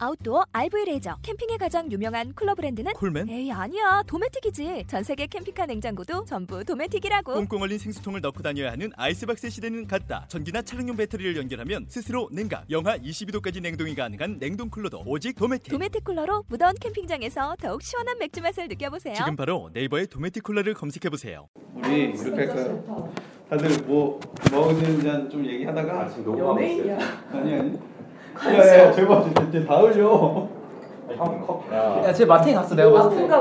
아웃도어 RV 레이저 캠핑에 가장 유명한 쿨러 브랜드는 콜맨? 에이 아니야 도메틱이지 전 세계 캠핑카 냉장고도 전부 도메틱이라고 꽁꽁 얼린 생수통을 넣고 다녀야 하는 아이스박스 시대는 갔다. 전기나 차량용 배터리를 연결하면 스스로 냉각, 영하 22도까지 냉동이 가능한 냉동 쿨러도 오직 도메틱. 도메틱 쿨러로 무더운 캠핑장에서 더욱 시원한 맥주 맛을 느껴보세요 지금 바로 네이버에 도메틱 쿨러를 검색해 보세요. 우리 이렇게 할까요? 다들 뭐 먹는 잔좀 얘기하다가 아, 지금 녹음하고 있어요. 아니 예, 아니 야야 제발 네, 어, 이제- 이제 다 흘려 어, 형 커피. 야, 야, 쟤 마탱 갔어, 내가 봤을 때. 아,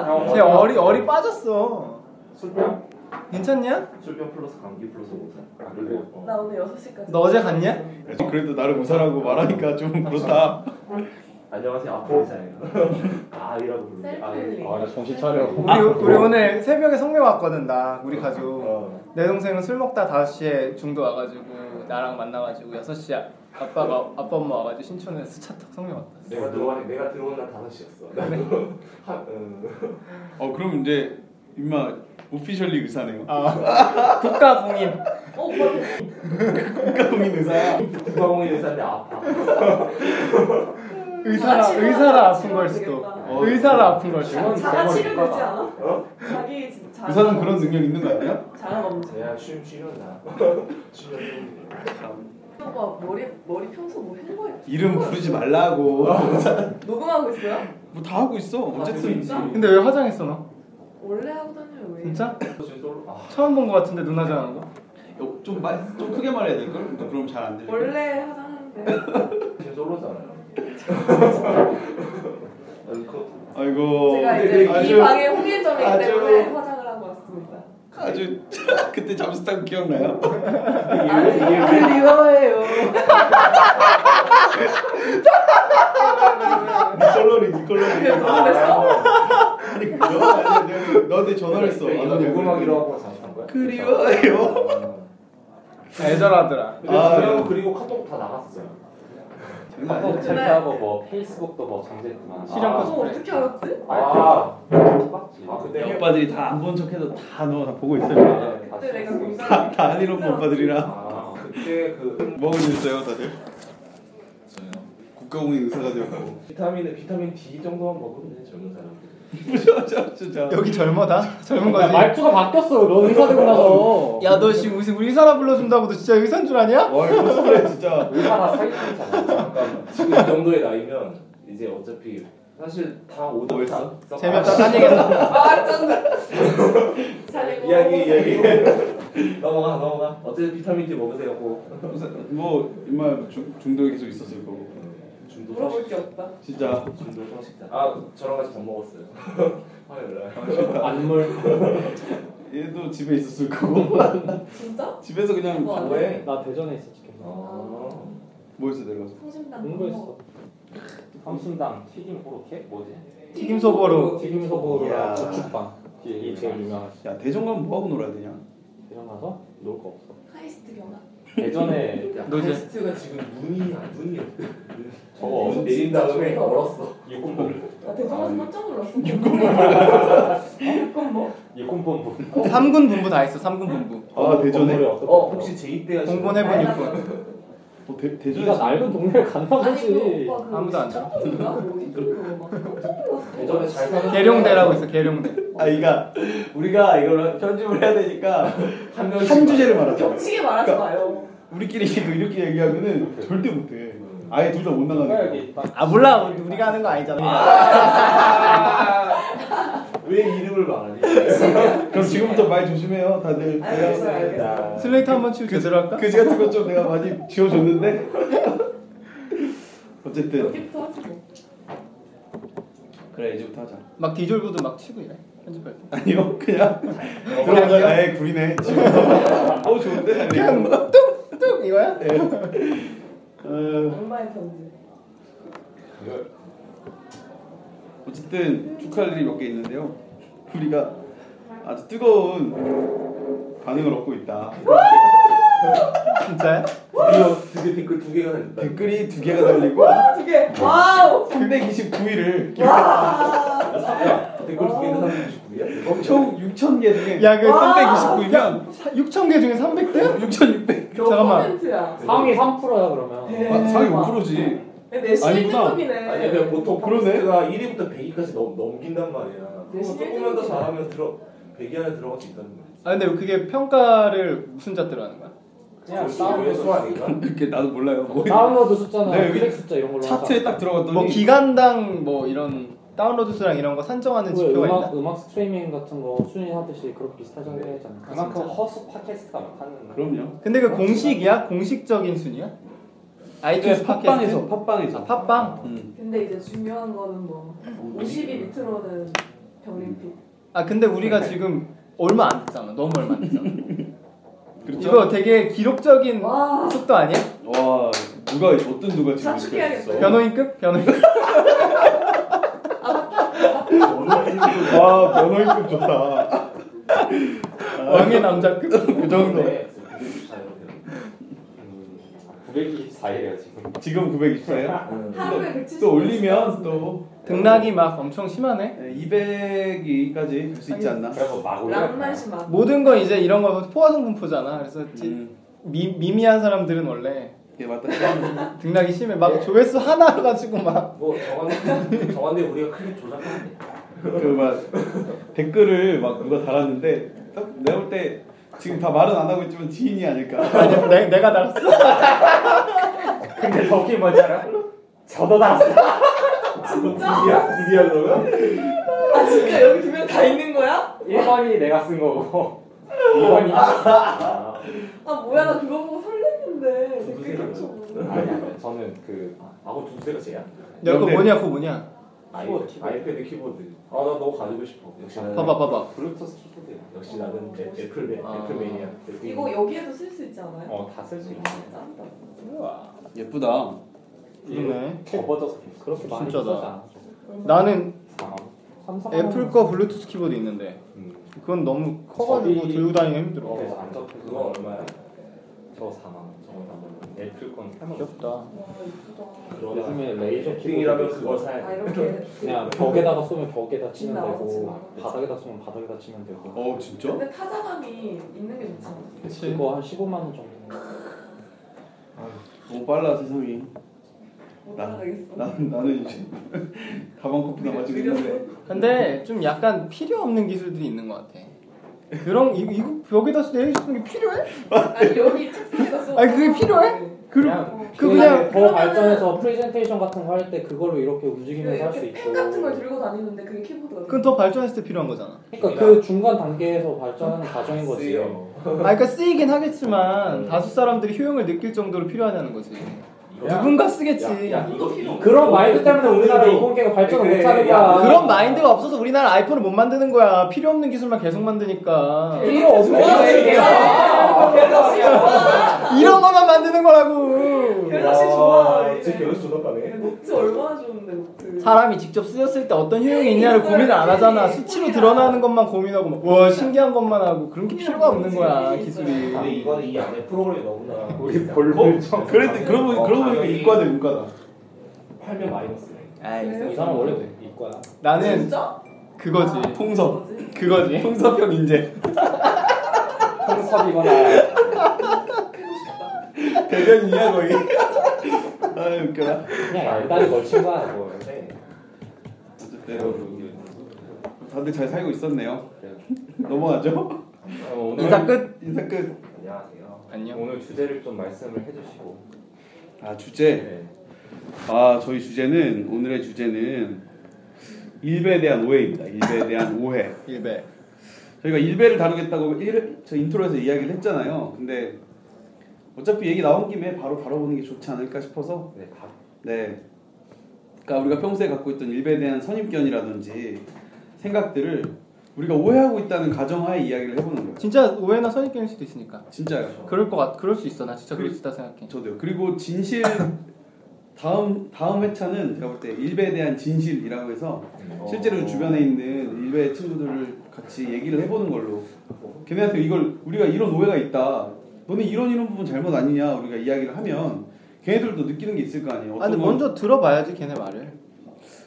아. 쟤 어리, 어리 빠졌어. 술병? 괜찮냐? 술병 플러스 감기 플러스 모자. 아, 나 오늘 6시까지 너 어제 갔냐? 그래도 나를 웃으라고 말하니까 좀 그렇다 안녕하세요. 아프 의사예요. 아, 이라고 부르는데. 아, 예. 셀프리. 어? 아, 정신 차려. 우리, 우리 오늘 새벽에 성묘 왔거든, 나. 우리 가족. 어. 내 동생은 술 먹다 5시에 중도 와가지고, 나랑 만나가지고, 6시에 아빠가, 아빠 엄마 와가지고, 신촌에 스차 탁 성묘 왔다. 네. 내가 들어와 내가 들어온 날 다섯 시였어. 한 어. 어 그럼 이제 임마 오피셜리 의사네요 아, 국가 공인. 어, 오빠 국가동인 의사야 구강공이 의사인데 아파. 의사라, 치료하는 의사라 거 아픈 걸 수도. 치료하는 거 의사라 아픈 걸 수도. 자- 자가 치료 되지 않아? 어? 자기 진짜 의사는 그런 능력 있는 거 아니야? 자가 없는 내가 춤 추려나. 추려는. 오빠 머리 머리 평소 뭐 해는 거야? 이름 부르지 말라고 어. 녹음하고 있어요? 아, 뭐 다 하고 있어 어쨌든 근데 왜 화장했어, 너? 원래 하고 다녀요 왜? 진짜? 솔로. 아, 처음 본 거 같은데, 눈 화장한 거? 좀, 말- 좀 크게 말해야 될걸? 또 그럼 잘 안 돼. 원래 하자는데 지금 솔로잖아요. 아니, 그것도 아이고 제가 근데 이제 이 아주 방의 홍일점이기 아주- 때문에 화장을 하고 왔습니다. 아주 그때 잠수 탄 기억나요? 클리어예요. 니컬러링 니컬러링 그랬어? 아니 그거 아니야 내가 너한테 전화를 했어 아, 아, 이거 안 오냐고. 녹음하기로 하고 잘한 거야. 그리워요 아. 애절하더라. 근데 아, 그리고, 그리고 카톡 다 나갔었잖아. 장난 카톡 아니야 체크하고 뭐 페이스북도 뭐 정지했구나. 실현권 방송 어떻게 알았지? 아, 아, 아 근데 오빠들이 다 안 본 척해서 다너다 보고 있어요 네, 그때 내가 다, 공장 다 한일원 오빠들이랑 아 그때 그 먹은 일 있어요 다들? 저요 국가공인 의사가 되었고 비타민은 비타민 D 정도만 먹으면 돼 젊은 사람들. 진짜 진짜 여기 젊어다. 젊은 거지. 말투가 바뀌었어. 너 의사 되고 나서. 야, 너 지금 무슨 우리 사람 불러준다고 너 진짜 의사인 줄 아냐? 와 이거 소리 진짜 의사가 사기꾼이잖아. 잠깐 지금 이 정도의 나이면 이제 어차피 사실 다 오다 왜 써? 재미없다 딴 얘기했어. 아 짠다. 살리고 이야기 이야기. 넘어가 넘어가. 어쨌든 비타민 D 먹으세요 꼭. 뭐 인마 중- 중독이 계속 있었을 거고 중도 물어볼 성식. 게 없다. 진짜 중도 성식자. 아 저랑 같이 밥 먹었어요. 화요일 날. 안물 얘도 집에 있었을 거고 진짜? 집에서 그냥 뭐 안 해? 왜? 나 대전에 있었지 계속 아. 뭐 했어 내려가서 성심당 공부했어 함순당 튀김 호로케 뭐지 튀김 소보로. 튀김 소보로랑 이야. 고추빵 이게 제일 유명하지 아, 야 대전 가면 뭐 하고 놀아야 되냐 대전 가서 놀 거 없어 카이스트 경화. 대전에 야, 노잼. 테스트가 그 지금 눈이 안 눈이 없대. 저거 어, 어제 내린 다음에 진짜 얼었어. 예꿈본 나 아, 대통령 깜짝 놀랐어. 육군모. 육군모. 예꿈본부 삼군 본부 다 있어. 삼군 본부. 아 대전에 어 혹시 제2 때 하시는 공군 해군 육군. 어, 대, 네가 대전에서 낡은 동네를 갔나 아니 보지 그 오빠 그 아무도 안 자. 청소인가? 뭐 이쪽으로 막 깜짝 놀랐어. 예전에 잘 사는 계룡대라고 있어. 계룡대. 아 이가 우리가 이걸 편집을 해야 되니까 한 명씩 한 주제를 말하자 겹치게 말하지 마요. 우리끼리 이거 이렇게 얘기하면은 절대 못해 아예 둘 다 못 누가 나가니까 여기 딱- 아 몰라. 우리가 하는 거 아니잖아. 왜 이름을 말하니? 그럼 지금부터 말 조심해요 다들 아, 알겠어요, 알겠어요. 슬레이트 한번 치고 제대로 할까? 그지 같은 거 좀 내가 많이 지워줬는데 어쨌든 여기부터 하지 뭐. 그래 이제부터 하자 막 디졸브도 막 치고 이래. 편집할 때. 아니요 그냥 들어가자 아예 구리네 지금부터 어 좋은데 그냥 뚝뚝 이거야? 네. 어, 악마의 편지. 어쨌든 축하할 일이 몇 개 있는데요 우리가 아주 뜨거운 반응을 얻고 있다 진짜야? 드디어 드디어 댓글 두 개가 달렸다. 댓글이 두 개가 달리고 와, 두 개. 와우. 329위를 와. 야, 댓글 아, 두 아. 개가 369야? 엄청 6천 개 중에 야, 그 와. 329면 6천 개 중에 300대? 6,600. 잠깐만. 퍼센트야. 네. 아, 상위 3%야 그러면 상위 5%지. 내시 아니구나. 1등급이네. 아니 그냥 보통 그러네. 팟캐스트가 뭐- 1위부터 100위까지 넘, 넘긴단 말이야. 네, 그거 조금만 더 실력이- 잘하면 들어 100위 안에 들어갈 수 있다는 거지. 아 근데 그게 평가를 무슨 잣대로 하는 거야? 그냥 의 다운로드 수 아닌가? 이렇게 나도 몰라요. 뭐 다운로드 숫자나 네, 여기 클릭 숫자 이런 걸로 차트에 하자. 딱 들어갔더니 뭐 기간당 뭐 이런 다운로드 수랑 이런 거 산정하는 왜 지표가 뭐 음악, 있나? 음악 스트리밍 같은 거 순위하듯이 그렇게 비슷하게 하게 했잖아. 그만큼 진짜? 허수 팟캐스트가 많다는 거. 그럼요. 근데 그 공식이야? 공식적인 순위야? 아이튠즈 팟캐스트? 팟빵에서. 아, 팟빵? 음. 근데 이제 중요한 거는 뭐 50이 밑으로는 병림픽. 아 근데 우리가 지금 얼마 안 됐잖아. 너무 얼마 안 됐잖아. 그렇죠. 이거 되게 기록적인 와. 속도 아니야? 와 누가 어떤 누가 지금 이렇게 자축해야겠어요. 했어? 변호인급? 변호인. 와 변호인급 좋다. 왕의 남자급? 그 정도. 네. 음, 924일이에요 지금. 지금 924예요? 하루에 170. 또 올리면 또 등락이 막 엄청 심하네. 200위까지 갈 수 있지 않나? 그래서 막 아, 올려. 낭만 심한. 모든 건 이제 이런 거 포화성 분포잖아. 그래서 지- 음. 미, 미미한 사람들은 원래 예 맞다. 등락이 심해. 막 조회수 하나 가지고 막 뭐 정한데 정한데 우리가 클릭 조작하면 돼. 그막 댓글을 막 누가 달았는데 딱 내가 볼 때 지금 다 말은 안 하고 있지만 지인이 아닐까. 아니 내, 내가 달았어. 근데 저게 뭐지 알아? 저도 나왔어. 디디야 디디야 그러면? 아 진짜 여기 두명 다 있는 거야? 1번이 내가 쓴 거고 2번이 아 뭐야 나 그거 보고 설렜는데. 댓글 누구세요? 겹쳐보고. 음. 아니야. 저는 그 아고 두세가 제야. 야 그거 근데- 뭐냐 그거 뭐냐. 아이패드 아이패드 키보드. 아나 너무 가지고 싶어. 역시 나는 봐봐 봐봐. 아, 블루투스 키보드야. 역시 나는 애- 애플 애- 아. 애플맨이야. 이거 여기에도 쓸 수 있지 않아요? 어다 쓸 수 있네. 짠다. 예쁘다. 그러네. 접어져서 그렇게 많이 진짜다. 쓰지 않았어. 나는 삼성 애플 그 거 블루투스 키보드 있는데 음. 그건 너무 커가지고 저기- 들고 다니기 힘들어. 네. 그래서 안 접혀서 그거 얼마야? 저 4만 원. 저거 4만 원. 애플 건 3만 원. 귀엽다. 와 이쁘다. 요즘에 레이저 띵이라면 키보드 그걸 사야 아 돼. 이렇게. 그냥 벽에다가 쏘면 벽에다 치면 음, 나와서 되고 치면. 바닥에다 쏘면 바닥에다 치면 되고 어 진짜? 근데 타자감이 있는 게 좋잖아. 그치. 그거 한 15만 원 정도. 너무 빨라 세상이. 못 나- 따라가겠어. 나는 나는 이제 가방 커피나 마시고 있는데 근데 좀 약간 필요 없는 기술들이 있는 것 같아. 그런 이거, 이거 벽에다 쓰는 게 필요해? 아니 여기 책상에다 써. 아니, 그게 필요해? 그럼 그냥 그 그냥 그냥- 그러면은- 더 발전해서 프레젠테이션 같은 거 할 때 그걸로 이렇게 움직이면서 할 수 이렇게 있고 펜 네, 같은 걸 들고 다니는데 그게 키보드가. 그건 더 발전했을 때 필요한 거잖아. 그러니까 그 중간 단계에서 발전하는 과정인 거지 아 그러니까 쓰이긴 하겠지만 다수 사람들이 효용을 느낄 정도로 필요하다는 거지. 누군가 쓰겠지. 야, 이거 이거 그런 마인드 때문에 우리나라 어, 그래도- 인공계가 발전을 그래, 못하는 야, 거야 그런 마인드가 없어서 우리나라 아이폰을 못 만드는 거야. 필요 없는 기술만 계속 만드니까. 필요 없는 뭐야, 네. 거야 갤럭시 좋아. 이런 거만 만드는 거라고. 갤럭시 좋아. 진짜 결혼 존나빠네. 목재 얼마나 좋은데 목재. 사람이 직접 쓰였을 때 어떤 효용이 있냐를 네, 고민을 안 하잖아. 수치로 드러나는 것만 고민하고 막, 와 신기한 것만 하고 그런 게 필요가 없는 거야 기술이. 근데 이거는 이 안에 프로그램이 너무나 우리 어? 볼륨 어, 그랬더니 그러고 보니- 그러고 보니까 당연히- 이과대 문과다 팔면 마이너스네. 이 사람 원래 이과야 나는 진짜? 그거지. 아, 통섭. 뭐지? 그거지. 통섭형 인재 컨셉이거나 대변이야 거의 아 웃겨라 그냥 네. 양다리 걸친 거야 아, 그거 네. 네, 어쨌든 다들 잘 살고 있었네요 넘어가죠 인사 끝. 인사 끝아 안녕하세요. 안녕. 오늘 주제를 좀 말씀을 해주시고. 주제 네. 아 저희 주제는 오늘의 주제는 일배에 대한 오해입니다 일배에 대한 오해 일배. 저희가 일배를 다루겠다고 일, 저 인트로에서 이야기를 했잖아요 근데 어차피 얘기 나온 김에 바로 다뤄보는 게 좋지 않을까 싶어서 네, 다 네. 그러니까 우리가 평소에 갖고 있던 일베에 대한 선입견이라든지 생각들을 우리가 오해하고 있다는 가정하에 이야기를 해보는 거예요. 진짜 오해나 선입견일 수도 있으니까. 진짜요. 그렇죠. 그럴 것 같. 그럴 수 있어. 나 진짜 그럴 수 있다 생각해. 저도요. 그리고 진실 다음 다음 회차는 제가 볼 때 일베에 대한 진실이라고 해서 실제로 주변에 있는 일베 친구들을 같이 얘기를 해보는 걸로 걔네한테 이걸 우리가 이런 오해가 있다. 너네 이런 이런 부분 잘못 아니냐 우리가 이야기를 하면 걔네들도 느끼는 게 있을 거 아니에요. 아 근데 어떤 건- 먼저 들어봐야지 걔네 말을.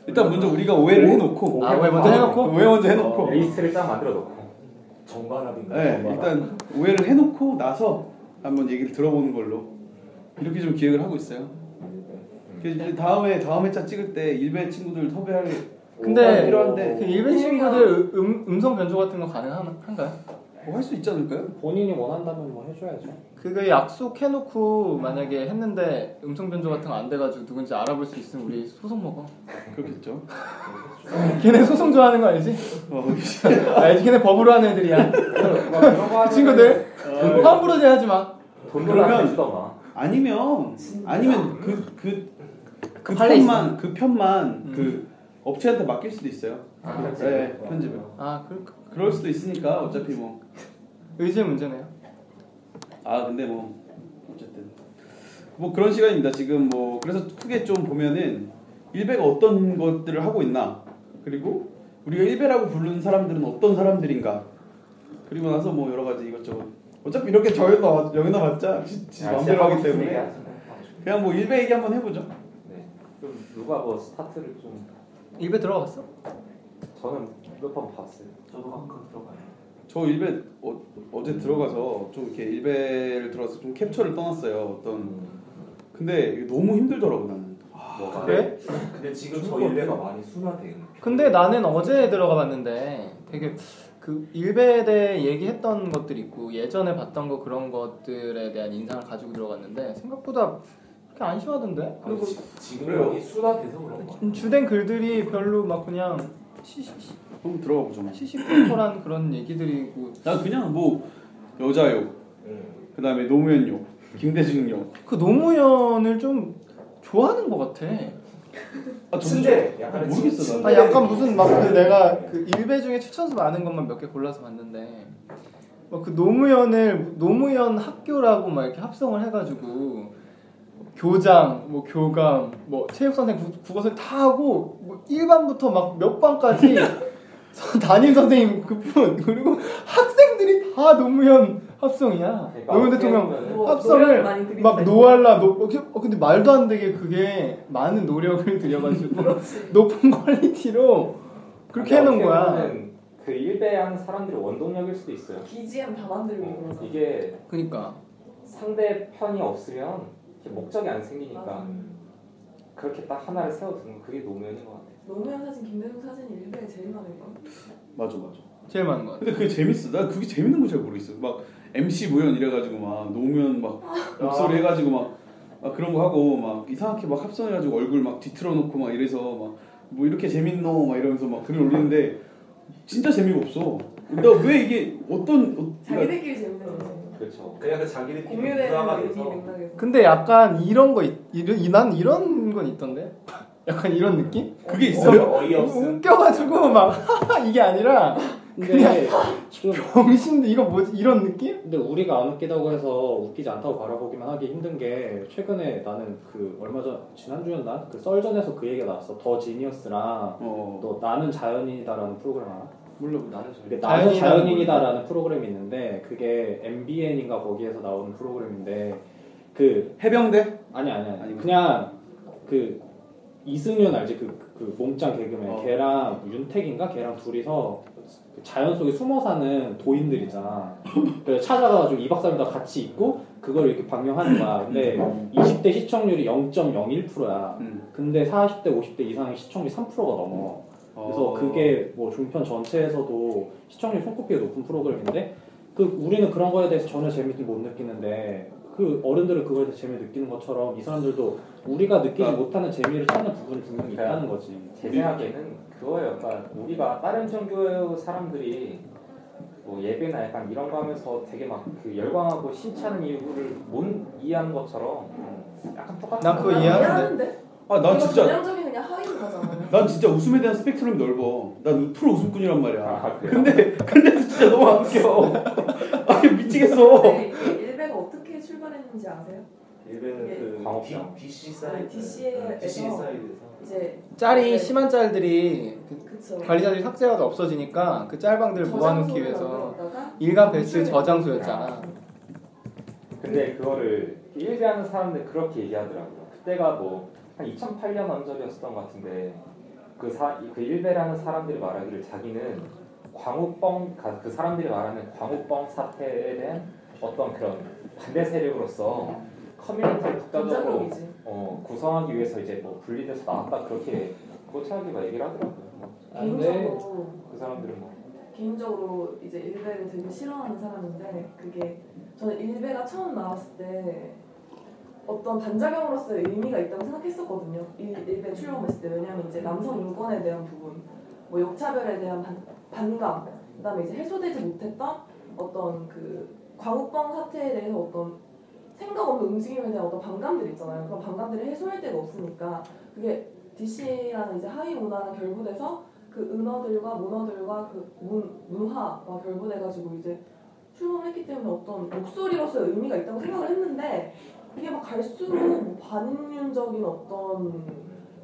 일단 먼저 우리가 오해를 해놓고 아 오해 먼저 해놓고. 오해 먼저 해놓고 리스트를 딱 만들어 놓고 정반합인가? 네, 뭐 일단 오해를 해놓고 나서 한번 얘기를 들어보는 걸로 이렇게 좀 기획을 하고 있어요. 이제 다음에 다음 회차 찍을 때 일베 친구들 네. 섭외할 근데 필요한데. 그 일본 친구들 음, 음성 변조 같은 거 가능한가요? 뭐 할 수 있지 않을까요? 본인이 원한다면 뭐 해줘야죠. 그게 약속해놓고 만약에 했는데 음성 변조 같은 거 안 돼가지고 누군지 알아볼 수 있으면 우리 소송 먹어. 그렇겠죠. 걔네 소송 좋아하는 거 알지? 어, 알지? 걔네 법으로 하는 애들이야. 그 친구들 함부로 대하지 마. 돈 그러면- 그러면 주더만. 아니면 아니면 그 그 그 팔레 있어. 편만 그 편만 음. 그 업체한테 맡길 수도 있어요. 아, 네, 편집을. 아, 그 그럴 수도 있으니까 어차피 뭐. 의지의 문제네요. 아 근데 뭐 어쨌든 뭐 그런 시간입니다. 지금 뭐 그래서 크게 좀 보면은 일베가 어떤 것들을 하고 있나 그리고 우리가 일베라고 부르는 사람들은 어떤 사람들인가 그리고 나서 뭐 여러 가지 이것저것 어차피 이렇게 저기다 와- 여기다 봤자 지- 아, 지 마음대로 하기 때문에 그냥 뭐 일베 얘기 한번 해보죠. 네. 그럼 누가 뭐 스타트를 좀 입에 들어갔어? 저는 몇 번 봤어요. 저도 가끔 들어가요. 저 일베 어, 어제 들어가서 좀 이렇게 일베를 들어서 좀 캡처를 떠났어요. 어떤 근데 이게 너무 힘들더라고 나는. 음, 뭐가 그래? 근데 지금 저 일례가 많이 순화돼요. 근데 나는 어제 들어가 봤는데 되게 그 일베에 대해 얘기했던 것들 있고 예전에 봤던 거 그런 것들에 대한 인상을 가지고 들어갔는데 생각보다 그렇게 안 심하던데? 아니, 그리고 지- 지금 그래요. 여기 순화돼서 그런 거. 주된 글들이 별로 막 그냥 시시- 한번 들어가 보죠. 뭐. 시시콜콜한 그런 얘기들이고 난 그냥 뭐 여자욕, 응. 그다음에 노무현욕, 김대중욕. 그 노무현을 좀 좋아하는 것 같아. 아, 저도 침대, 좀- 약간의 모르겠어 나. 아 약간 무슨 막 그 내가 그 일베 중에 추천수 많은 것만 몇 개 골라서 봤는데 막 그 노무현을 노무현 학교라고 막 이렇게 합성을 해가지고 교장, 뭐 교감, 뭐 체육 선생, 국- 국어 선생 다 하고 뭐 1반부터 막 몇 반까지 선- 담임 선생님 그분 그리고 학생들이 다 노무현 합성이야. 그러니까 노무현 대통령 뭐 노력을 많이 합성을 들이다 막 이거. 노알라 노 어떻게- 어, 근데 말도 안 되게 그게 많은 노력을 들여가지고 높은 퀄리티로 그렇게 아니, 해놓은 어떻게 거야. 보면은 그 일배한 사람들이 원동력일 수도 있어요. BGM 다 만들고 어, 음, 그러잖아. 이게 그니까 상대 편이 없으면 이렇게 목적이 안 생기니까 맞아. 음. 그렇게 딱 하나를 세워두는 그게 노면인 것 같아요. 노무현 사진, 김대중 사진 일베에 제일 많은 거. 맞아 맞아. 제일 많은 거 같아. 근데 그게 재밌어. 나 그게 재밌는 거 잘 모르겠어. 막 MC 무현 이래가지고 막 노무현 막 목소리 해가지고 막, 막 그런 거 하고 막 이상하게 막 합성해가지고 얼굴 막 뒤틀어놓고 막 이래서 막 뭐 이렇게 재밌노 막 이러면서 막 글을 올리는데 진짜 재미가 없어. 나 왜 이게 어떤 어, 그러니까 자기들끼리 재밌는 거지. 그렇죠. 그냥 그 자기들끼리 문화가 공유되는 이 돼서 맥락에서. 근데 약간 이런 거 있- 이런 이- 난 이런 건 있던데. 약간 이런 느낌? 그게 있어요? 어이 없음. 웃겨가지고 막 하하 이게 아니라 근데 좀 병신데 이거 뭐지 이런 느낌? 근데 우리가 안 웃기다고 해서 웃기지 않다고 바라보기만 하기 힘든 게 최근에 나는 그 얼마 전 지난주였나 그 썰전에서 그 얘기가 나왔어 더 지니어스랑 어 또 나는 자연인이다라는 프로그램 알아? 몰라. 나는 이게 나는 자연인이라는 자연인이다라는 프로그램이 있는데 그게 MBN인가 거기에서 나오는 프로그램인데 그 해병대? 아니 아니 아니 아니구나. 그냥 그 이승윤 알지 그, 그 몸짱 개그맨 어. 걔랑 윤택인가 걔랑 둘이서 그 자연 속에 숨어 사는 도인들이잖아 그래서 찾아가가지고 2박 3일 다 같이 있고 그걸 이렇게 방영하는 거야 근데 음. 20대 시청률이 0.01%야 음. 근데 40대 50대 이상의 시청률이 3%가 넘어 그래서 어. 그게 뭐 종편 전체에서도 시청률 손꼽히게 높은 프로그램인데 그 우리는 그런 거에 대해서 전혀 재미를 못 느끼는데 그 어른들은 그거에 대해서 재미 느끼는 것처럼 이 사람들도 우리가 느끼지 그러니까. 못하는 재미를 찾는 부분이 분명히 그러니까 있다는 거지. 제 생각에는 그거예요. 그러니까 우리가 다른 종교 사람들이 뭐 예배나 약간 이런 거 하면서 되게 막 그 열광하고 신찬은 이유를 못 이해하는 것처럼 약간 똑같은 난 그거 거야. 이해하- 이해하는데. 아, 난 이거 진짜 전형적인 그냥 하인 거잖아. 난 진짜 웃음에 대한 스펙트럼이 넓어. 난 프로 웃음꾼이란 말이야. 아, 그래요? 근데 근데 진짜 너무 안 웃겨. 아 미치겠어. 근데 이게 일베가 어떻게 출발했는지 아세요? 예. 일베는 광업형. 아, 그 D- DC 아, 사이드. DC에서. DC 사이드에서. 이제 짤이 네. 심한 짤들이 그 그쵸. 관리자들이 삭제가 없어지니까 그 짤방들을 모아놓기 위해서 만들었다가 네. 일간 배스 저장소였잖아. 근데 그거를 일베하는 사람들 그렇게 얘기하더라고요. 그때가 뭐 한 2008년 언저리였었던 것 같은데 그, 사, 그 일베라는 사람들이 말하기를 자기는 광우뻥 가- 그 사람들이 말하는 광우뻥 사태에 대한 어떤 그런 반대 세력으로서 커뮤니티를 국가적으로 전자공이지. 어, 구성하기 위해서 이제 뭐 분리돼서 나왔다 그렇게 고차하기가 얘기를 하더라고요. 뭐, 근데 개인적으로 그 사람들은 뭐 개인적으로 이제 일베를 되게 싫어하는 사람인데 그게 저는 일베가 처음 나왔을 때 어떤 단자경으로서의 의미가 있다고 생각했었거든요. 일, 일베 출범했을 때 왜냐하면 이제 남성 인권에 대한 부분, 뭐 역차별에 대한 반, 반감, 그다음에 이제 해소되지 못했던 어떤 그 광우병 사태에 대해서 어떤 생각 없는 움직임에 대한 어떤 반감들 있잖아요. 그런 반감들을 해소할 데가 없으니까 그게 DC라는 이제 하위 문화랑 결부돼서 그 은어들과 문어들과 그 문, 문화와 결부돼가지고 이제 출범했기 때문에 어떤 목소리로서의 의미가 있다고 생각을 했는데 이게 막 갈수록 뭐 반인륜적인 어떤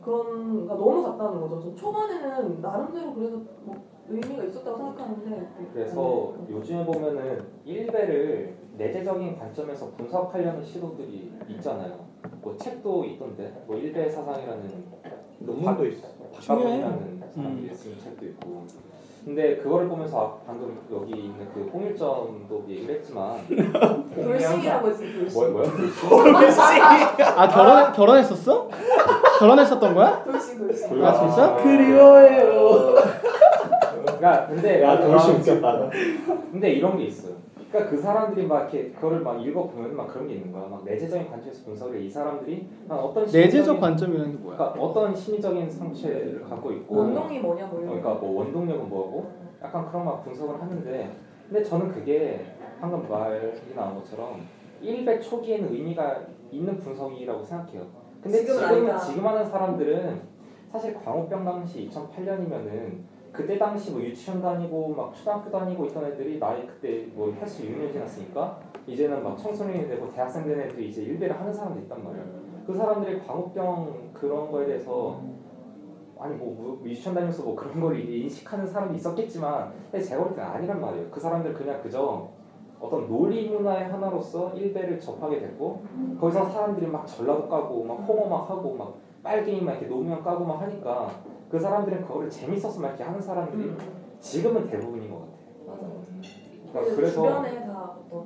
그런 가 너무 갔다는 거죠. 좀 초반에는 나름대로 그래도 뭐 의미가 있었다고 생각하는데 네. 그래서 음. 요즘에 보면은 일베를 내재적인 관점에서 분석하려는 시도들이 있잖아요. 뭐 책도 있던데 뭐 일베 사상이라는 그 논문도 있어. 박가범이라는 음. 사람들이 쓴 책도 있고. 근데 그거를 보면서 아- 방금 여기 있는 그 홍일점도 얘기를 했지만 돌싱이라고 해서 돌싱. 뭐야 뭐야? 아 결혼 결혼했었어? 결혼했었던 거야? 돌싱 돌싱. 아 진짜? 그리워요. 그러니까 근데 야, 아, 돌싱 웃겼다. 근데 이런 게 있어요. 그러니까 그 사람들이 막 이렇게 그거를 막 읽어보면 막 그런 게 있는 거야. 막 내재적인 관점에서 분석을 이 사람들이 한 어떤 내재적 심리적인- 관점이라는 게 뭐야? 그러니까 어떤 심리적인 상체를 갖고 있고 원동이 뭐냐 뭐 이런. 어. 그러니까 뭐 원동력은 뭐고 약간 그런 막 분석을 하는데 근데 저는 그게 방금 말이 나온 것처럼 1배 초기에는 의미가 있는 분석이라고 생각해요. 근데 지금은 지금 아니다. 지금 하는 사람들은 사실 광우병 당시 2008년이면은 그때 당시 뭐 유치원 다니고 막 초등학교 다니고 있던 애들이 나이 그때 뭐 횟수 6년 지났으니까 이제는 막 청소년이 되고 대학생 된 애들이 이제 일배를 하는 사람도 있단 말이에요. 그 사람들이 광우병 그런 거에 대해서 아니 뭐, 뭐 유치원 다니면서 뭐 그런 걸 인식하는 사람이 있었겠지만 근데 제가 볼 때는 아니란 말이에요. 그 사람들 그냥 그저 어떤 놀이 문화의 하나로서 일베를 접하게 됐고 음. 거기서 사람들이 막 전라도 까고 막 호모 막 하고 막 빨갱이 막 이렇게 노무현 까고 막 하니까 그 사람들은 그거를 재밌어서 막 이렇게 하는 음. 사람들이 지금은 대부분인 것 같아요. 맞아요. 그러니까 그래서 그래서 주변에 다 어떤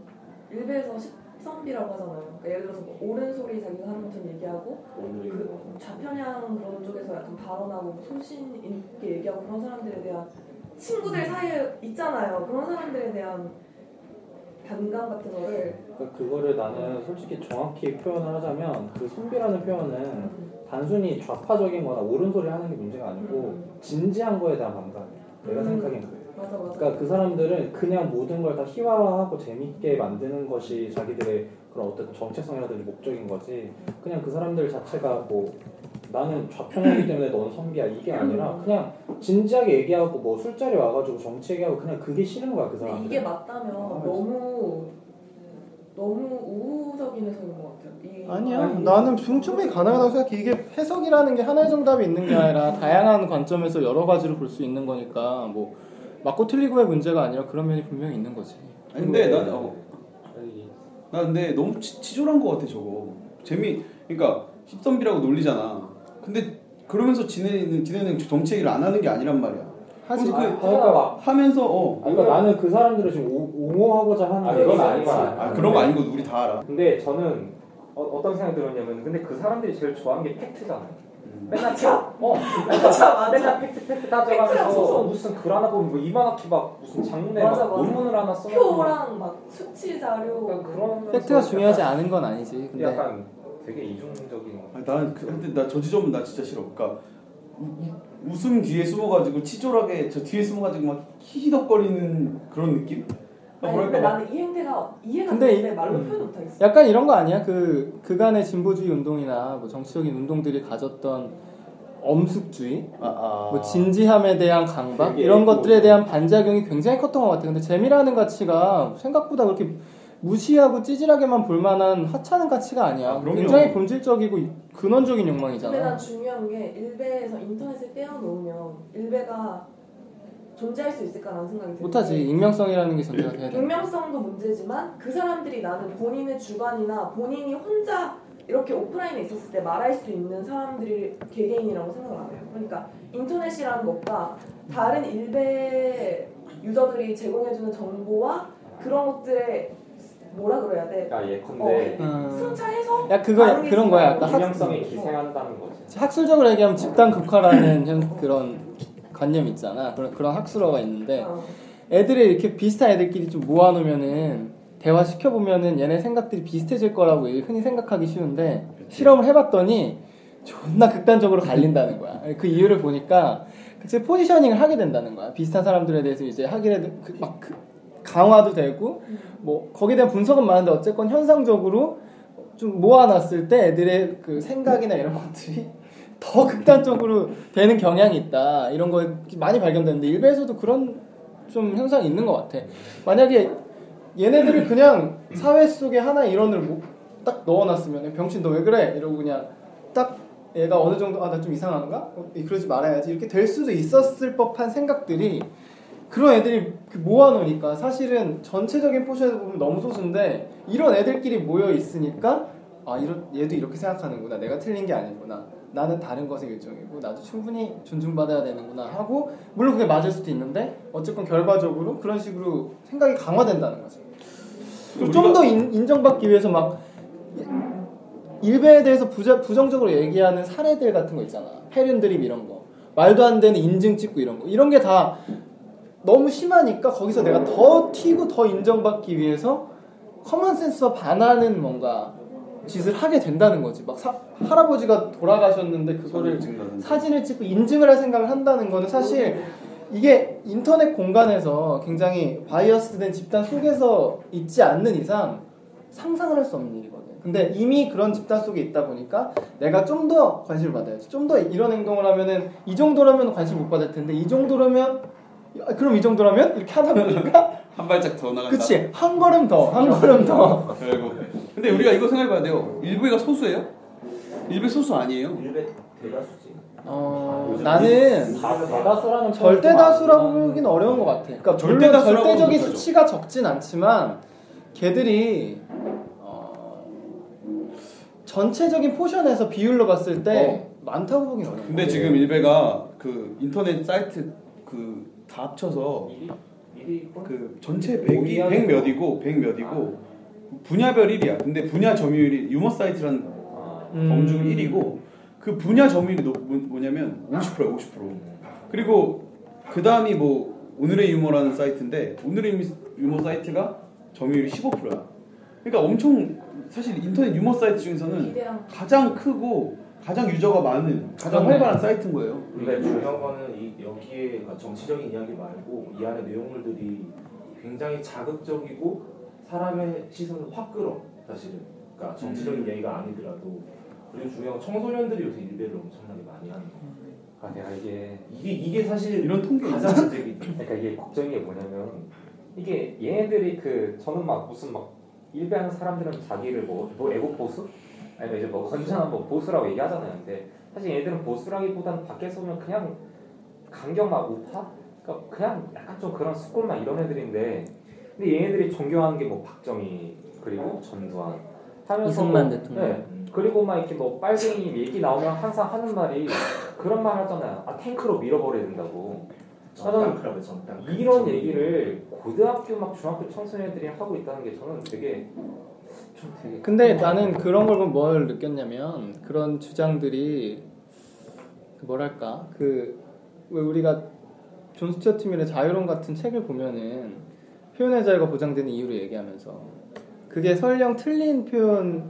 일베에서 식선비라고 하잖아요. 그러니까 예를 들어서 뭐 옳은 소리 자기가 하는 것처럼 얘기하고 그 오늘이 뭐 좌편향 그런 쪽에서 약간 발언하고 뭐 소신 있게 얘기하고 그런 사람들에 대한 친구들 사이에 있잖아요. 그런 사람들에 대한 반감 같은 거를 그러니까 그거를 나는 솔직히 정확히 표현을 하자면 그 선비라는 표현은 음, 단순히 좌파적인 거나 옳은 소리 하는 게 문제가 아니고 음, 진지한 거에 대한 반감이에요. 내가 음. 생각하기엔 그래요. 맞아 맞아. 그러니까 그 사람들은 그냥 모든 걸 다 희화화하고 재밌게 만드는 것이 자기들의 그런 어떤 정체성이라든지 목적인 거지 그냥 그 사람들 자체가 뭐 나는 좌편이기 때문에 너는 선비야 이게 음. 아니라 그냥 진지하게 얘기하고 뭐 술자리 와가지고 정치 얘기하고 그냥 그게 싫은 거야 그 아, 근데 이게 사람들 네. 맞다면 너무 너무 우호적인 해석인 것 같아요. 이 아니야. 나는 충분히 가능하다고 생각해. 이게 해석이라는 게 하나의 정답이 있는 게 아니라 다양한 관점에서 여러 가지를 볼 수 있는 거니까 뭐 맞고 틀리고의 문제가 아니라 그런 면이 분명히 있는 거지. 아니, 근데 나, 어, 나 근데 너무 치, 치졸한 것 같아 저거 재미 그러니까 힙선비라고 놀리잖아 근데 그러면서 지네는 지네는 정책을 안 하는 게 아니란 말이야 하지. 그래서 그 그러니까 막 하면서 어 아, 그러니까 나는 그 사람들을 지금 옹- 옹호하고자 하는 아, 게 그건 아니라 아닌 거 같아요. 아, 그런 거 아니고 우리 다 알아 근데 저는 어, 어떤 생각이 들었냐면 근데 그 사람들이 제일 좋아하는 게 팩트잖아요. 음. 맨날 차, 어, 맞아 맞아. 맨날 팩트 팩트 팩트랑 따져가면서 어, 소소. 무슨 글 하나 보면 뭐 이만하게 막 무슨 장문에 맞아, 막 맞아. 논문을 하나 써놓고 막 표랑 막 수치 자료 뭐. 약간 그러니까 그런 팩트가 중요하지 않은 건 아니지. 네. 근데 근데 약간 되게 이중적인 거. 아니, 나는 그- 근데 나 저 지점은 나 진짜 싫어 그러니까 우- 우- 웃음 뒤에 숨어가지고 치졸하게 저 뒤에 숨어가지고 막 히덕거리는 그런 느낌? 나 아니 근데 뭐랄까 막 나는 이 행태가 이해가 근데 음. 되는데 말로 표현 못하겠어. 약간 이런 거 아니야? 그 그간의 진보주의 운동이나 뭐 정치적인 운동들이 가졌던 엄숙주의 아, 아. 뭐 진지함에 대한 강박 그게 이런 있고. 것들에 대한 반작용이 굉장히 컸던 것 같아요. 근데 재미라는 가치가 생각보다 그렇게 무시하고 찌질하게만 볼 만한 하찮은 가치가 아니야. 아, 그럼요. 굉장히 본질적이고 근원적인 근데 난 욕망이잖아. 중요한 게 일베에서 인터넷에 떼어놓으면 일베가 존재할 수 있을까라는 생각이 들어요. 못하지. 익명성이라는 게 전제가 돼야 음. 돼. 익명성도 문제지만 그 사람들이 나는 본인의 주관이나 본인이 혼자 이렇게 오프라인에 있었을 때 말할 수 있는 사람들이 개개인이라고 생각을 안 해요. 그러니까 인터넷이라는 것과 다른 일베 유저들이 제공해주는 정보와 그런 것들에 뭐라 그래야 돼? 그러니까 예컨대 순찰해서 아, 야 그거 그런 거야. 어. 약간 학, 익명성에 기생한다는 거지. 학술적으로 얘기하면 집단 극화라는 현- 그런 관념 있잖아. 그런 그런 학술어가 있는데 어. 애들이 이렇게 비슷한 애들끼리 좀 모아놓으면은 대화 시켜보면은 얘네 생각들이 비슷해질 거라고 흔히 생각하기 쉬운데 실험을 해봤더니 존나 극단적으로 갈린다는 거야. 그 이유를 보니까 그 포지셔닝을 하게 된다는 거야. 비슷한 사람들에 대해서 이제 하기래 그, 막 그- 강화도 되고 뭐 거기에 대한 분석은 많은데 어쨌건 현상적으로 좀 모아놨을 때 애들의 그 생각이나 이런 것들이 더 극단적으로 되는 경향이 있다 이런 거 많이 발견되는데 일베에서도 그런 좀 현상이 있는 것 같아. 만약에 얘네들을 그냥 사회 속에 하나 일원을 뭐- 딱 넣어놨으면 병신 너 왜 그래 이러고 그냥 딱 얘가 어느 정도 아 나 좀 이상한가 어, 그러지 말아야지 이렇게 될 수도 있었을 법한 생각들이 그런 애들이 그 모아놓으니까 사실은 전체적인 포션에서 보면 너무 소수인데 이런 애들끼리 모여 있으니까 아 이런 얘도 이렇게 생각하는구나 내가 틀린 게 아니구나 나는 다른 것의 일종이고 나도 충분히 존중받아야 되는구나 하고 물론 그게 맞을 수도 있는데 어쨌건 결과적으로 그런 식으로 생각이 강화된다는 거죠. 좀 더 인정받기 위해서 막 일베에 대해서 부자, 부정적으로 얘기하는 사례들 같은 거 있잖아. 패륜 드립 이런 거. 말도 안 되는 인증 찍고 이런 거. 이런 게 다 너무 심하니까 거기서 내가 더 튀고 더 인정받기 위해서 커먼센스와 반하는 뭔가 짓을 하게 된다는 거지. 막 사- 할아버지가 돌아가셨는데 그거를 증가는 사진을 찍고 인증을 할 생각을 한다는 거는 사실 이게 인터넷 공간에서 굉장히 바이어스된 집단 속에서 있지 않는 이상 상상을 할 수 없는 일이거든. 근데 이미 그런 집단 속에 있다 보니까 내가 좀 더 관심을 받아야지. 좀 더 이런 행동을 하면은 이 정도라면 관심 못 받을 텐데 이 정도라면 아, 그럼 이 정도라면 이렇게 하다 보니까 한 발짝 더 나간다. 그치 한 걸음 더 한 걸음 더 결국. 근데 우리가 이거 생각해봐야 돼요. 일베가 소수예요? 일베 소수 아니에요? 일베 대다수지. 어, 나는 다 대다수라는 어, 절대 표현도 아, 다수라고 많지만 보긴 어려운 것 같아. 그러니까 아, 절대 절대 다수라고는 절대적인 못하죠. 수치가 적진 않지만 걔들이 어, 전체적인 포션에서 비율로 봤을 때 많다고 보긴 어려워. 어. 근데 지금 일베가 그 인터넷 사이트 그 다 합쳐서 일이 일이 그 전체 100이 100 몇이고 100 몇이고 분야별 1위야. 근데 분야 점유율이 유머 사이트라는 음. 범중 1위고 그 분야 점유율이 높- 뭐- 뭐냐면 50%야 50%. 그리고 그 다음이 뭐 오늘의 유머라는 사이트인데 오늘의 유미- 유머 사이트가 점유율이 15%야. 그러니까 엄청 사실 인터넷 유머 사이트 음. 중에서는 기대랑 가장 크고 가장 유저가 많은 가장 그렇네. 활발한 사이트인 거예요. 음. 근데 중요한 거는 이 여기에 그러니까 정치적인 이야기 말고 이 안에 내용물들이 굉장히 자극적이고 사람의 시선을 확 끌어 사실은 그러니까 정치적인 음. 이야기가 아니더라도 그리고 중요한 건 청소년들이 요새 일배를 엄청나게 많이 하는 거 아 내가 이게 이게 이게 사실 이런 통계 가장 문제기 그러니까 이게 걱정인 게 뭐냐면 이게 얘네들이 그 저는 막 무슨 막 일베하는 사람들은 자기를 뭐, 뭐 애국 보수 아니면 이제 뭐 건전한 뭐 보수라고 얘기하잖아요. 근데 사실 얘네들은 보수라기보다는 밖에서 보면 그냥 강경 막 우파 그러니까 그냥 약간 좀 그런 수골만 이런 애들인데 근데 얘네들이 존경하는 게 뭐 박정희 그리고 전두환 하면서 뭐- 이승만 대통령. 네. 그리고 막 이렇게 뭐 빨갱이 얘기 나오면 항상 하는 말이 그런 말 하잖아요. 아 탱크로 밀어버려야 된다고. 정당크라고 정당 이런 얘기를 고등학교 막 중학교 청소년들이 하고 있다는 게 저는 되게 좀 되게 근데 나는 그런 걸 보면 뭘 느꼈냐면 그런 주장들이 그 뭐랄까 그 왜 우리가 존 스튜어트 밀의 자유론 같은 책을 보면은 표현의 자유가 보장되는 이유를 얘기하면서 그게 설령 틀린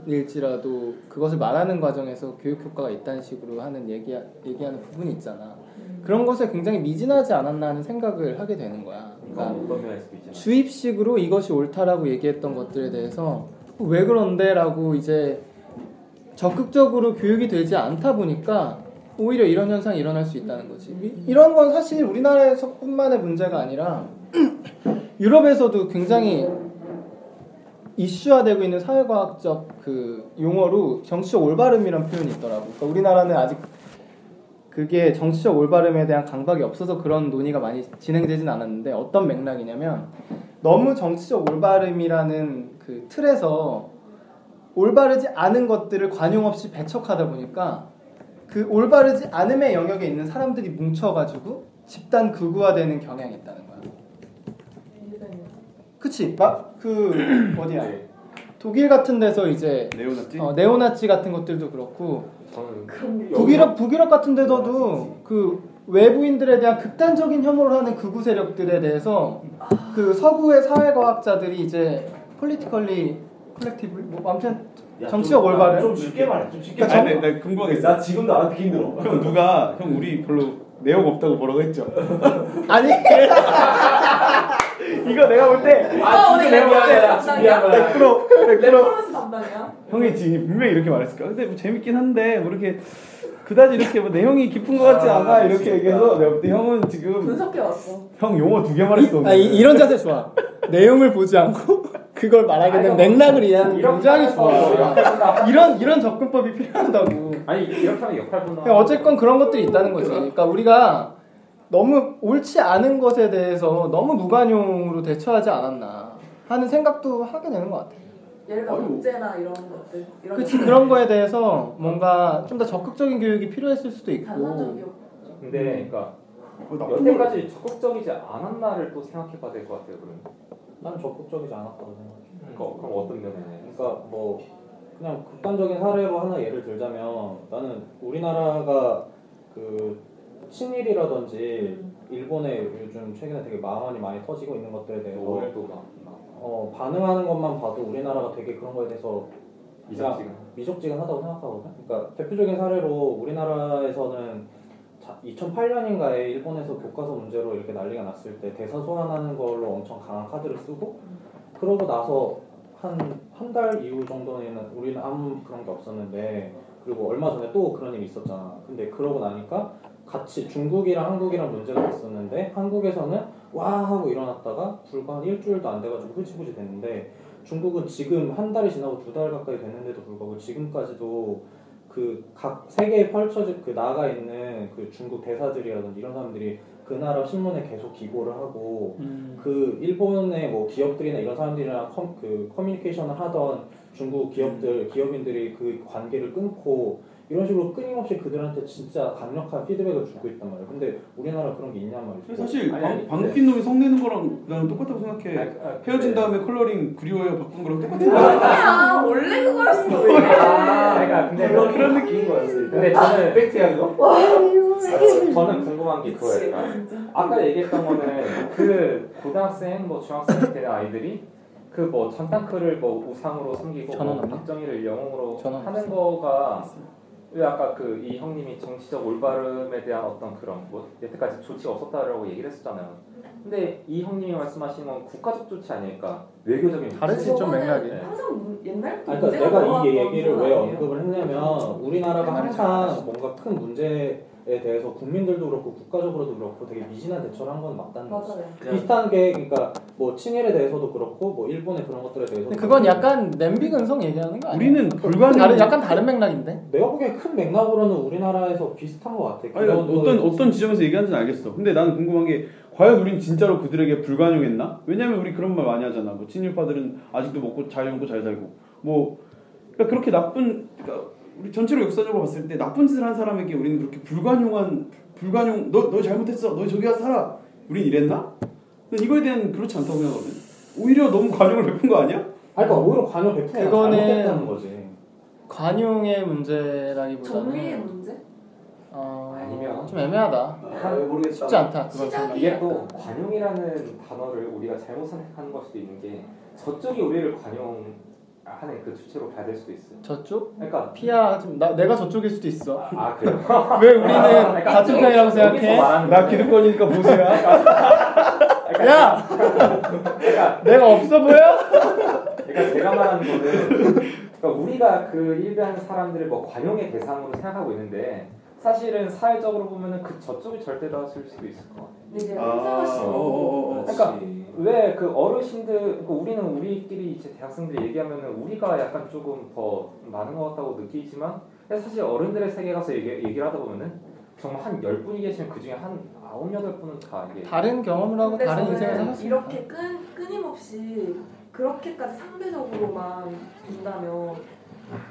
표현일지라도 그것을 말하는 과정에서 교육 효과가 있다는 식으로 하는 얘기 얘기하는 부분이 있잖아. 그런 것에 굉장히 미진하지 않았나 하는 생각을 하게 되는 거야. 이거 그러니까 어떤 면에서 있잖아. 주입식으로 이것이 옳다라고 얘기했던 것들에 대해서 왜 그런데라고 이제 적극적으로 교육이 되지 않다 보니까 오히려 이런 현상이 일어날 수 있다는 거지. 이- 이런 건 사실 우리나라에서뿐만의 문제가 아니라 유럽에서도 굉장히 이슈화되고 있는 사회과학적 그 용어로 정치적 올바름이란 표현이 있더라고. 그러니까 우리나라는 아직 그게 정치적 올바름에 대한 강박이 없어서 그런 논의가 많이 진행되진 않았는데 어떤 맥락이냐면 너무 정치적 올바름이라는 그 틀에서 올바르지 않은 것들을 관용 없이 배척하다 보니까 그 올바르지 않음의 영역에 있는 사람들이 뭉쳐가지고 집단 극우화되는 경향이 있다는 거야. 일베는 그치? 막 그 어디야? 네. 독일 같은 데서 이제 네오나치? 어, 네오나치 같은 것들도 그렇고 저는 그런 게 북유럽 북유럽 같은 데서도 그 외부인들에 대한 극단적인 혐오를 하는 극우 세력들에 대해서 그 서구의 사회과학자들이 이제 폴리티컬리 콜렉티브 뭐 아무튼 야, 정치적 좀- 올바름? 좀 쉽게 말해. 좀 쉽게 그러니까 말해. 아니, 네, 나 궁금하겠어. 나 지금도 알아듣기 힘들어. 형 누가 형 우리 별로 내용 없다고 뭐라고 했죠? 아니 이거 내가 볼 때 아, 오늘 내가 얘기하자. 말해라. 준비한 거야. 네, 100% 100% 레퍼런스 담당이야? 형이 지금 분명히 이렇게 말했을 거야. 근데 뭐 재밌긴 한데 뭐 이렇게 그다지 이렇게 뭐 내용이 깊은 것 같지 아, 않아 이렇게 미치겠다. 얘기해서 내가 볼 때 형은 지금 분석해 왔어. 형 용어 두 개 말했어. 아, 이, 이런 자세 좋아 내용을 보지 않고 그걸 말하게 되면 맥락을 이해하는 게 굉장히 좋아 이런 이런 접근법이 필요하다고 아니 이렇게 하면 역할분담. 그냥 어쨌건 그런 것들이 있다는 거지. 그러니까 우리가 너무 옳지 않은 것에 대해서 너무 무관용으로 대처하지 않았나 하는 생각도 하게 되는 것 같아. 예를 들어 국제나 이런 것들. 이런 그치 그런 거에 대해서 뭔가 좀 더 적극적인 교육이 필요했을 수도 있고. 단선적이었고. 근데 음. 그러니까 어, 나쁜 거 여태까지 적극적이지 않았나를 또 생각해봐야 될 것 같아요. 그럼. 나는 적극적이지 않았다고 생각해. 그러니까 그럼 어떤 면에? 그러니까 뭐 그냥 극단적인 사례로 하나 예를 들자면 나는 우리나라가 그 친일이라든지 음. 일본에 요즘 최근에 되게 망언이 많이 터지고 있는 것들에 대해서 오늘도 막, 막 어, 반응하는 것만 봐도 우리나라가 되게 그런 거에 대해서 이상 그냥 지금. 미적지근하다고 생각하거든. 그러니까 대표적인 사례로 우리나라에서는 2008년인가에 일본에서 교과서 문제로 이렇게 난리가 났을 때 대사 소환하는 걸로 엄청 강한 카드를 쓰고 그러고 나서 한 한 달 이후 정도는 우리는 아무 그런 게 없었는데 그리고 얼마 전에 또 그런 일이 있었잖아. 근데 그러고 나니까 같이 중국이랑 한국이랑 문제가 됐었는데 한국에서는 와 하고 일어났다가 불과 한 일주일도 안 돼가지고 흐지부지 됐는데 중국은 지금 한 달이 지나고 두 달 가까이 됐는데도 불구하고 지금까지도 그 각 세계에 펼쳐진 그 나가 있는 그 중국 대사들이라든지 이런 사람들이 그 나라 신문에 계속 기고를 하고 음. 그 일본의 뭐 기업들이나 이런 사람들이랑 컴, 그 커뮤니케이션을 하던 중국 기업들 음. 기업인들이 그 관계를 끊고 이런 식으로 끊임없이 그들한테 진짜 강력한 피드백을 주고 있단 말이야. 근데 우리나라 그런 게 있냔 말이지. 사실 아니, 아니, 방귀 낀 놈이 성내는 거랑 나는 똑같다고 생각해. 아니, 아, 헤어진 네. 다음에 컬러링 그리워요 바꾼 거랑 똑같아. 아, 원래 그거였어. 아, 그러니까 근데 그런 느낌인 네. 거였어. 일단. 근데 저는 팩트야 그거? 아, 저는 궁금한 게 미치. 그거예요. 그러니까 진짜. 아까 얘기했던 거는 그 고등학생 뭐 중학생 되는 아이들이 그 뭐 전tan크를 뭐 우상으로 섬기고 전원 뭐 없나? 박정희를 영웅으로 전원 하는 거가 왜 아까 그 이 형님이 정치적 올바름에 대한 어떤 그런 뭐 여태까지 조치가 없었다라고 얘기를 했었잖아요. 근데 이 형님이 말씀하신 건 국가적 조치 아닐까 외교적인 조치. 다른 시점 맥락이. 그거는 항상 뭐 옛날 아니, 그러니까 내가 이 얘기를 왜 언급을 했냐면 어, 우리나라가 항상 아, 뭔가 큰 문제에 대해서 국민들도 그렇고 국가적으로도 그렇고 되게 미진한 대처를 한 건 맞다는 거지. 맞아요. 네. 비슷한 게 그러니까 뭐 친일에 대해서도 그렇고 뭐 일본의 그런 것들에 대해서 근데 그건 약간 냄비 근성 얘기하는 거 아니야? 우리는 불가능. 다른 약간 다른 맥락인데. 내가 보기엔 큰 맥락으로는 우리나라에서 비슷한 것 같아. 아니, 그런 거에 어떤 어떤 지점에서 얘기하는지는 알겠어. 근데 나는 궁금한 게 과연 우린 진짜로 그들에게 불관용했나? 왜냐면 우리 그런 말 많이 하잖아. 뭐 친일파들은 아직도 먹고 잘 먹고 잘 살고 뭐 그러니까 그렇게 나쁜 그러니까 우리 전체로 역사적으로 봤을 때 나쁜 짓을 한 사람에게 우리는 그렇게 불관용한 불관용 너 너 잘못했어 너 저기 가서 살아 우린 이랬나? 난 이거에 대한 그렇지 않다고 생각하거든. 오히려 너무 관용을 베푼 거 아니야? 네, 아니 그러니까 오히려 관여 베푸는 그거는- 잘못됐다는 거지. 관용의 문제라기보다는 정리의 문제? 어, 아니면- 좀 애매하다. 아, 모르겠다. 쉽지 않다. 그건. 시작이 이게 또 약간 관용이라는 단어를 우리가 잘못 선택하는 걸 수도 있는 게 저쪽이 우리를 관용하는 그 주체로 봐야 될 수도 있어요. 저쪽 그러니까 피야 좀 나, 내가 저쪽일 수도 있어. 아 그래요? 왜 우리는 그러니까 같은 편이라고 여기서 생각해? 말하는 나 거예요. 기득권이니까 보세요. 야! 내가 없어 보여? 그러니까 제가 말하는 거는 그러니까 우리가 그 일베하는 사람들을 뭐 관용의 대상으로 생각하고 있는데 사실은 사회적으로 보면은 그 저쪽이 절대다 쓸 수도 있을 것 같아요. 이제 네, 아, 상하시는 어, 어, 어, 어. 그러니까 왜 그 어르신들 그러니까 우리는 우리끼리 이제 대학생들 얘기하면은 우리가 약간 조금 더 많은 것 같다고 느끼지만 근데 사실 어른들의 세계 가서 얘기, 얘기를 하다 보면은 정말 한 열분이 계시면 그 중에 한 아홉 여덟 분은다 이게 다른 경험을 하고 근데 다른 인생을 저는 살았어. 이렇게 끈, 끊임없이 그렇게까지 상대적으로만 본다면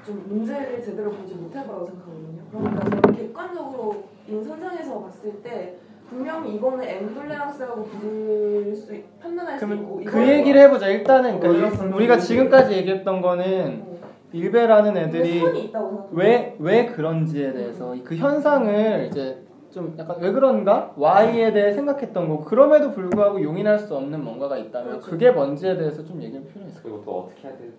좀 문제를 제대로 보지 못할 거라고 생각하거든요. 그러니까 저는 객관적으로 인 선상에서 봤을 때 분명히 이거는 엠블레랑스라고 부를 수 있- 판단할 수 있고 그러면 그 이거는 얘기를 해보자. 일단은 그러니까 뭐 어디서 이- 우리가 지금까지 얘기했던 뭐- 거는 뭐 일베라는 근데 애들이 선이 있다고 생각해요. 왜 왜 그런지에 대해서 그 현상을 이제 좀 약간 왜 그런가 Y에 대해 생각했던 거 그럼에도 불구하고 용인할 수 없는 뭔가가 있다면 그게 뭔지에 대해서 좀 얘기할 필요가 있을 것 같아요. 그리고 또 어떻게 해야 돼?